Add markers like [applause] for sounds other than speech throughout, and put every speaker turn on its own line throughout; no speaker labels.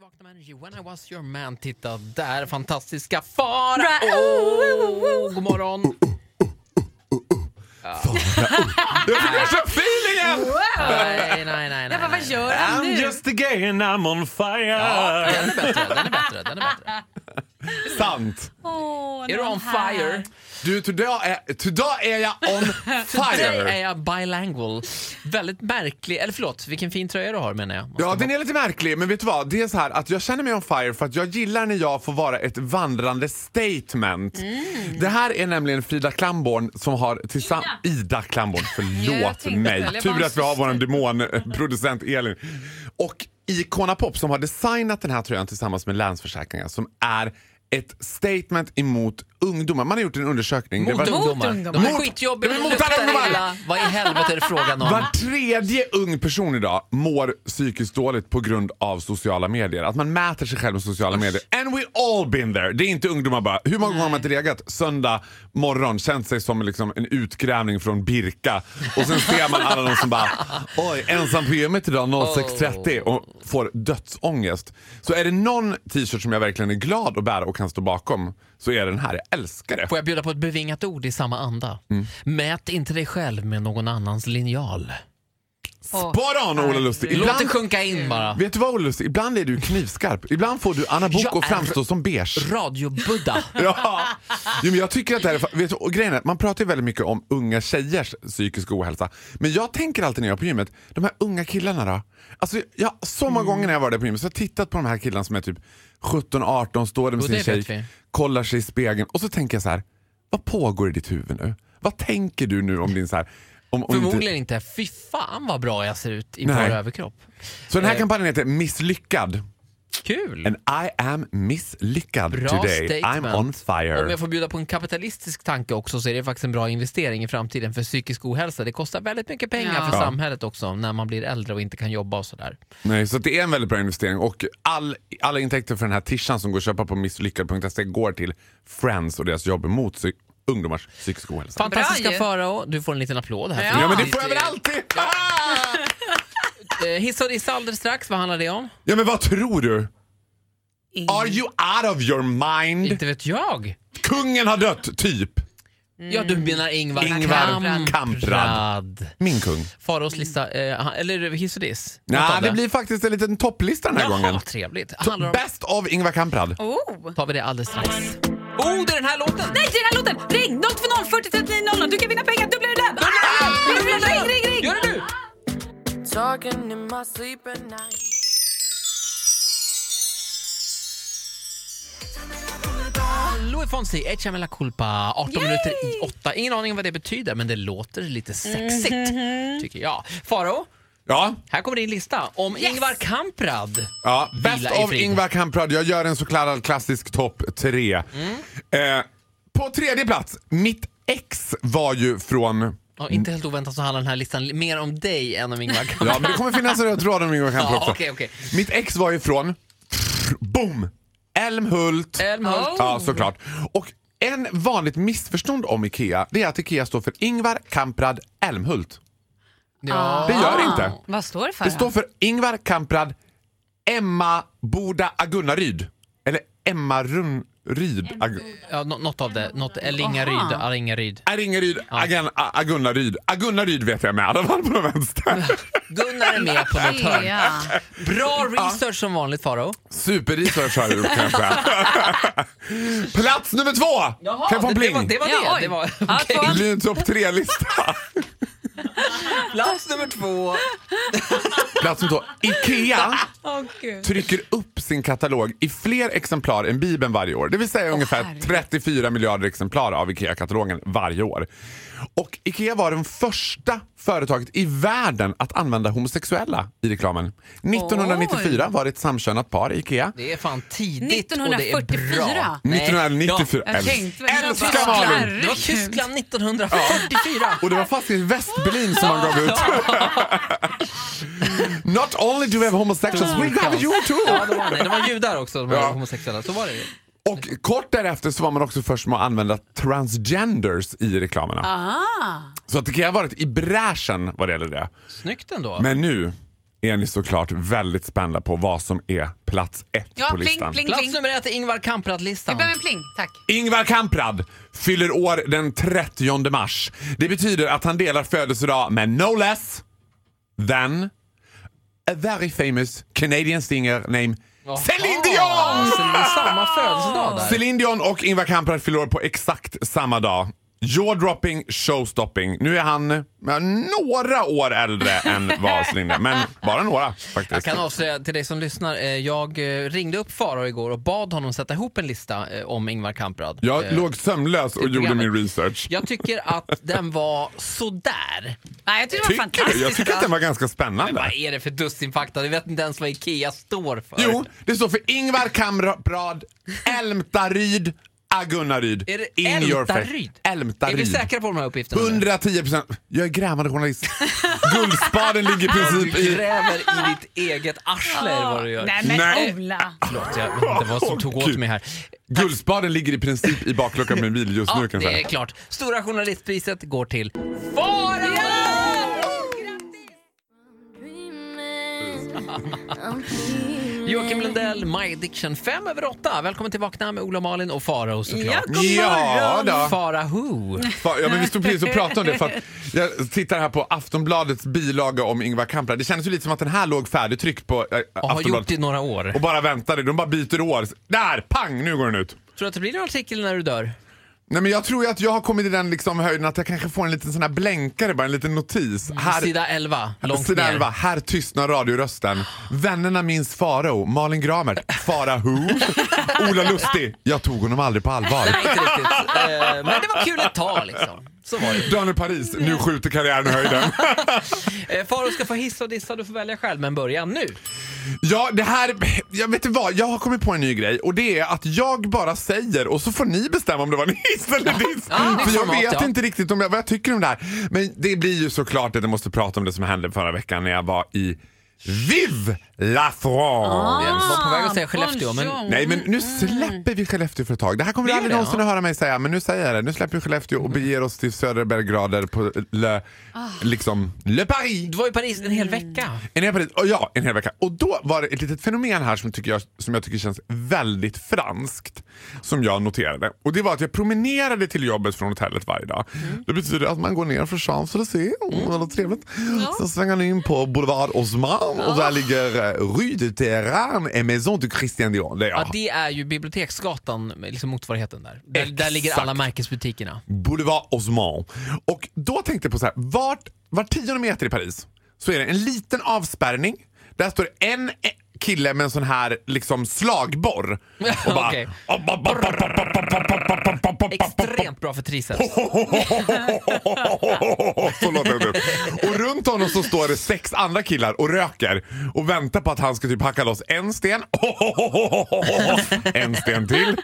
Vakna med energy. When I was your man, titta där, fantastiska fara.
Bra.
Åh, god morgon!
Jag fick värsta feelingen!
Nej, nej, nej. nej,
Jag bara, vad
nej.
gör han nu?
I'm just a gay and I'm on fire!
Ja, den är bättre, den är bättre, den är bättre.
Sant!
Åh,
Är
nu
du on
här.
fire?
Du, idag är, idag är jag on
Today är
fire!
jag bilingual. Väldigt märklig, eller förlåt, vilken fin tröja du har menar jag.
Ja, den är lite märklig, men vet du vad? Det är så här att jag känner mig on fire för att jag gillar när jag får vara ett vandrande statement.
Mm.
Det här är nämligen Frida Klamborn som har tillsammans... Ida. Klamborn,
Ja, jag
förlåt
tänkte väl, jag
mig.
bara-
Tur att vi har vår demonproducent Elin. Och Icona Pop som har designat den här tröjan tillsammans med Länsförsäkringar som är ett statement emot ungdomar. Man har gjort en undersökning. Det
Mot
var-
ungdomar. De är
Mot-
skitjobbiga,
Ja,
de
men mot alla
luktar
ungdomar.
illa. Vad i helvete är det frågan om?
Var tredje ung person idag mår psykiskt dåligt på grund av sociala medier. Att man mäter sig själv med sociala medier. And we all been there. Det är inte ungdomar bara. Hur många gånger har man inte legat söndag morgon, känt sig som liksom en utgrävning från Birka och sen ser man alla de som bara oj, ensam på gymmet idag 06.30 och får dödsångest. Så är det någon t-shirt som jag verkligen är glad att bära och kan stå bakom så är den här. Jag älskar det.
Får jag bjuda på ett bevingat ord i samma anda?
Mm.
Mät inte dig själv med någon annans linjal.
Åh,
Spot on Ola Lustig!
Låt det
Ibland
sjunka in bara.
Vet du vad Olle, ibland är du knivskarp. Ibland får du Anna Book
Jag
att
är-
framstå som beige.
Radio-Buddha.
[laughs] Ja. Jo, men jag tycker att det här är, fa- vet du, och grejen är, att man pratar ju väldigt mycket om unga tjejers psykisk ohälsa. Men jag tänker alltid när jag är på gymmet, de här unga killarna då? Alltså, jag, så
Mm.
många gånger när jag var där på gymmet så har jag tittat på de här killarna som är typ 17-18, står där med
Jo,
sin
det vet vi.
tjej, kollar sig i spegeln och så tänker jag så här, vad pågår i ditt huvud nu? Vad tänker du nu om din så här... Om, om inte-
Förmodligen inte. Fy fan vad bra jag ser ut i
Nej.
bara överkropp.
Så den här
eh.
kampanjen heter Misslyckad.
Kul!
And I am misslyckad
Mm. Bra
today.
statement.
I'm on fire.
Om jag får bjuda på en kapitalistisk tanke också så är det faktiskt en bra investering i framtiden för psykisk ohälsa. Det kostar väldigt mycket pengar
Ja.
för
Ja.
samhället också när man blir äldre och inte kan jobba och sådär.
Nej, så det är en väldigt bra investering och all, alla intäkter för den här tishan som går att köpa på misslyckad.se går till Friends och deras jobb emot psy- ungdomars psykisk ohälsa.
Fantastiska
ju.
Farao, du får en liten applåd här.
Ja.
för
Ja men det
ditt,
får jag väl
eh,
alltid!
eh, Hiss och dissa alldeles strax, vad handlar det om?
Ja men vad tror du? Are you out of your mind?
Inte vet jag.
Kungen har dött, typ.
Ja, du menar Ingvar,
Ingvar
Kamprad.
Kamprad. Min kung.
Faraos lista, eh, han- eller hiss och diss? Något
Nej,
av
det blir faktiskt en liten topplista den här
Jaha,
gången.
trevligt. Handlar om...
Best of Ingvar Kamprad.
Oh.
tar vi det alldeles strax. Oh, det är den här låten!
Nej, det är den här låten! Ring 020 40 39 00. Du kan vinna pengar. Dubbla det där! Dubbla det där! Ring, ring, ring!
Gör det nu!
Talking in my sleep at night.
Louis Fonsi, Echa me la culpa, 18 minuter i 8. Ingen aning om vad det betyder, men det låter lite sexigt,
Mhm.
tycker jag. Faro,
Ja,
här kommer din lista om Ingvar Kamprad.
Ja,
Vila
Best
i
of
frid.
Ingvar Kamprad. Jag gör en så kallad klassisk topp tre.
Mm.
Eh, på tredje plats, mitt ex var ju från...
Ja, inte helt oväntat så handlar den här listan li- mer om dig än om Ingvar Kamprad.
Ja, men det kommer finnas en röd tråd om Ingvar
[laughs]
Kamprad
Ja,
också.
okej, okej.
Mitt ex var ju från... Boom! Älmhult.
Älmhult.
Ja, såklart. Och en vanligt missförstånd om IKEA, det är att IKEA står för Ingvar Kamprad Älmhult.
Ja.
Det gör det inte.
Ah. Vad står det för?
Det står för Ingvar Kamprad Emma Boda Agunnaryd. Eller Emma Run... Ryd. Ag-
Ja, nå- något av det. Något, eller Ingaryd.
Aha.
eller Ingaryd.
Aringaryd, Agan, A- Agunnaryd. Agunnaryd vet jag med, alla fall på den [laughs] vänster.
Gunnar är med på något hörn.
Ja.
Bra research som vanligt Faro.
Superresearch har jag gjort kan jag säga. [laughs] Plats nummer två! kan jag få en
det, det
pling?
var det. Var det.
Ja, oj.
det var,
Ja,
okej.
två.
Det blir en
[laughs]
topp tre-lista.
Plats nummer två.
Plats nummer två. Ikea
Åh, gud.
trycker upp sin katalog i fler exemplar än Bibeln varje år. Det vill säga ungefär
herregud.
34 miljarder exemplar av IKEA-katalogen varje år. Och IKEA var den första företaget i världen att använda homosexuella i reklamen. 1994 var det ett samkönat par i IKEA.
Det är fan tidigt och det är
1944.
bra.
Nej,
1994.
jag tänkte väl-
Älskar
Tyskland.
Malin!
Det var Tyskland 1944.
Och det var faktiskt Västberlin som man gav ut. Not only do we have homosexuals,
Mm.
we have you
Ja,
too!
det var, nej, det var judar också, de här
Ja.
homosexuella. Så var det ju.
Och kort därefter så var man också först med att använda transgenders i reklamerna.
Ah.
Så att det kan ha varit i bräschen vad det gäller det.
Snyggt ändå.
Men nu är ni såklart väldigt spända på vad som är plats ett
Ja,
på
pling,
listan.
pling.
Plats nummer ett är Ingvar
Vi
Kamprad-listan.
behöver en pling, tack.
Ingvar Kamprad fyller år den 30 mars. Det betyder att han delar födelsedag med no less than a very famous Canadian singer named Céline Dion!
Ja, Celine, samma födelsedag där.
Céline Dion och Ingvar Kamprad fyller år på exakt samma dag. Jaw-dropping, showstopping. Nu är han ja, några år äldre än vad Céline är, men bara några
Jag
faktiskt.
kan avslöja till dig som lyssnar, eh, jag eh, ringde upp Farao igår och bad honom sätta ihop en lista eh, om Ingvar Kamprad.
Jag
Eh,
låg sömnlös och gjorde
programmet.
min research.
Jag tycker att den var sådär.
Nej, jag tycker det var
Tycker du? Jag
fantastiskt.
tycker att den var ganska spännande.
Vad är det för dussinfakta? Du vet inte ens vad IKEA står för.
Jo, det står för Ingvar Kamprad Älmtaryd Agunnaryd.
Är det
In your face.
Älmtaryd? Är
Älmtaryd.
vi säkra på de här uppgifterna? nu?
110 procent. Jag är grävande journalist. Guldspaden ligger i
Du
princip i...
gräver i ditt eget arsle är vad du gör.
Ah, Nej men
Nej.
Ola.
Förlåt, jag vet inte vad som tog åt mig här.
Guldspaden ligger i princip i bakluckan med en bil just nu
Ja,
kan jag
det är
säga.
klart. Stora journalistpriset går till Farao! Joakim
Mm.
Lundell, My Addiction 5 över 8. Välkommen till Vakna med Ola Malin och Farao såklart.
God
Ja,
morgon.
då.
Farao.
Fa- Ja, men vi stod precis och pratade om det.
[laughs]
För att jag tittar här på Aftonbladets bilaga om Ingvar Kamprad. Det kändes ju lite som att den här låg färdigtryckt på äh,
Och har gjort det i
Aftonbladet
några år.
och bara väntade. De bara byter år. Där, pang, nu går den ut.
Tror du att det blir en artikel när du dör?
Nej, men jag tror ju att jag har kommit i den liksom höjden att jag kanske får en liten sån här blänkare, bara en liten notis. Här,
Mm, Sida 11, långt
sida
ner.
11, här tystnar radiorösten. Vännerna minns Farao, Malin Gramert, Farao,
[laughs]
Ola Lustig. Jag tog honom aldrig på allvar.
Nej, inte
[laughs]
riktigt. Eh, Men det var kul ett tag liksom. Så var det.
Daniel Paris, nu skjuter karriären i höjden.
Eh, Farao ska få hissa och dissa, du får välja själv, men börja nu.
Ja, det här... [laughs] Jag vet inte vad, jag har kommit på en ny grej och det är att jag bara säger och så får ni bestämma om det var [laughs] en hiss eller diss.
Ja, det är
För jag
format,
vet
ja.
inte riktigt om jag, vad jag tycker om det här. Men det blir ju såklart att jag måste prata om det som hände förra veckan när jag var i Vive la France!
Jag var på väg att säga Skellefteå, men
Ah, Bonjour.
Nej men nu släpper vi Skellefteå för ett tag. Det här kommer du
Vi
aldrig
gör det,
någonsin
ja.
att höra mig säga men nu säger jag det. Nu släpper vi Skellefteå och beger oss till södra Belgrader på le,
Ah.
liksom, le Paris.
du var i Paris en hel vecka.
En hel, och ja, en hel vecka. Och då var det ett litet fenomen här som, tycker jag, som jag tycker känns väldigt franskt. Som jag noterade. Och det var att jag promenerade till jobbet från hotellet varje dag. Det betyder att man går ner för Champs-Élysées, mm. väldigt trevligt. Sen svänger ni in på Boulevard Haussmann och där ligger eh, Rue de Terran et Maison du Christian Dior. Det är jag.
Ja, det är ju Biblioteksgatan, liksom motsvarigheten där. Där, där
Exakt.
ligger alla märkesbutikerna.
Boulevard Haussmann. Och då tänkte jag på så här, vart, var tionde meter i Paris så är det en liten avspärrning. Där står det en eh, kille med en sån här liksom slagborr. Och bara...
Okej. Extremt bra för triceps.
Så låter det typ. Och runt honom så står det sex andra killar och röker och väntar på att han ska typ hacka loss en sten. En sten till.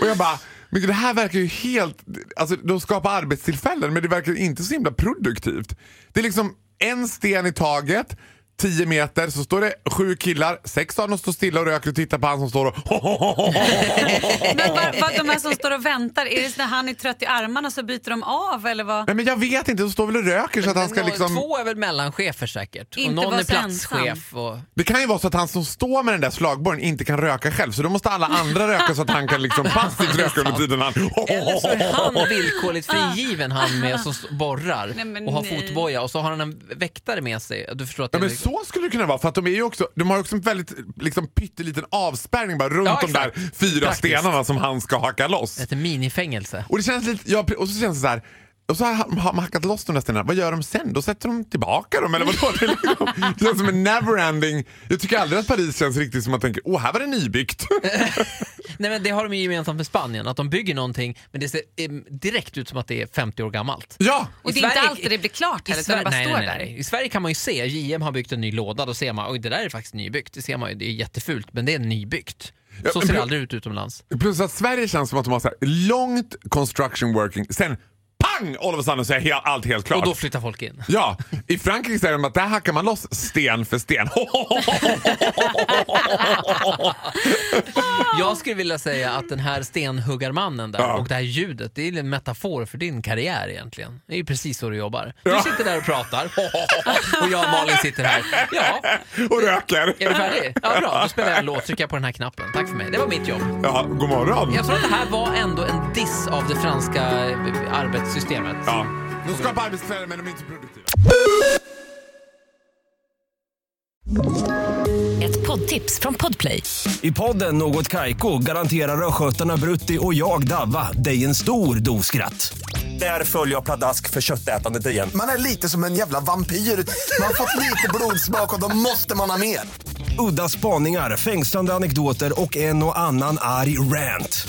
Och jag bara, men det här verkar ju helt... Alltså de skapar arbetstillfällen men det verkar inte så himla produktivt. Det är liksom en sten i taget. 10 meter så står det sju killar, sex av dem står stilla och röker och tittar på han som står och
Men vad, vad de här som står och väntar, är det när han är trött i armarna så byter de av eller vad?
Nej men jag vet inte, de står väl och röker så att han ska
Nå-
liksom...
Två är väl mellanchefer säkert.
Inte
och någon
vara
är
så
platschef. Och...
Det kan ju vara så att han som står med den där slagborren inte kan röka själv så då måste alla andra röka så att han
[laughs]
kan liksom passivt röka under tiden han...
Eller så är han villkorligt frigiven han med som s- borrar
Nej, men
och har
nej.
fotboja och så har han en väktare med sig. Du förstår att det
Ja, men
är-
så skulle det kunna vara för att de, är ju också, de har ju också en väldigt liksom, pytteliten avspärrning bara runt
Ja,
de där
exakt.
fyra
Praktiskt.
stenarna som han ska hacka loss.
ett minifängelse.
Och det känns lite, ja, pre- och så känns det så här. Och så har har man hackat loss de där stenarna. Vad gör de sen? Då sätter de tillbaka dem eller vadå? Det, är liksom, det känns som en neverending. Jag tycker aldrig att Paris känns riktigt som man tänker, åh här var det nybyggt.
Nej, men det har de ju gemensamt med Spanien, att de bygger någonting men det ser em, direkt ut som att det är 50 år gammalt.
[laughs] ja!
Och
I
det är inte
Sverige-
alltid det blir klart
I
heller utan det
Sverige,
bara
nej,
står
nej,
där.
nej. I Sverige kan man ju se, JM har byggt en ny låda, då ser man oj det där är faktiskt nybyggt. Det ser man ju, det är jättefult men det är nybyggt.
Ja,
Så
men
ser
pro-
det aldrig ut utomlands.
Plus att Sverige känns som att de har så här långt construction working, sen pang! All of a sudden så är he- allt helt klart.
Och då flyttar folk in.
Ja, i Frankrike säger de att där hackar man loss sten för sten. [laughs]
Jag skulle vilja säga att den här stenhuggarmannen där
Ja.
och det här ljudet, det är en metafor för din karriär egentligen. Det är ju precis så du jobbar. Du
Ja.
sitter där och pratar [laughs] och jag och Malin sitter här. Ja,
Och röker.
är vi färdiga? Ja, bra. Då spelar jag en låt, trycker jag på den här knappen. Tack för mig. Det var mitt jobb.
Ja, god morgon.
Jag tror att det här var ändå en diss av det franska eh, arbetssystemet.
Ja. De skapar arbetstillfällen men de är inte produktiva.
Ett poddtips från Podplay.
I podden Något Kaiko garanterar östgötarna Brutti och jag, Davva, dig en stor dos skratt. Där följer jag pladask för köttätandet igen.
Man är lite som en jävla vampyr. Man har fått lite blodsmak och då måste man ha mer.
Udda spaningar, fängslande anekdoter och en och annan arg rant.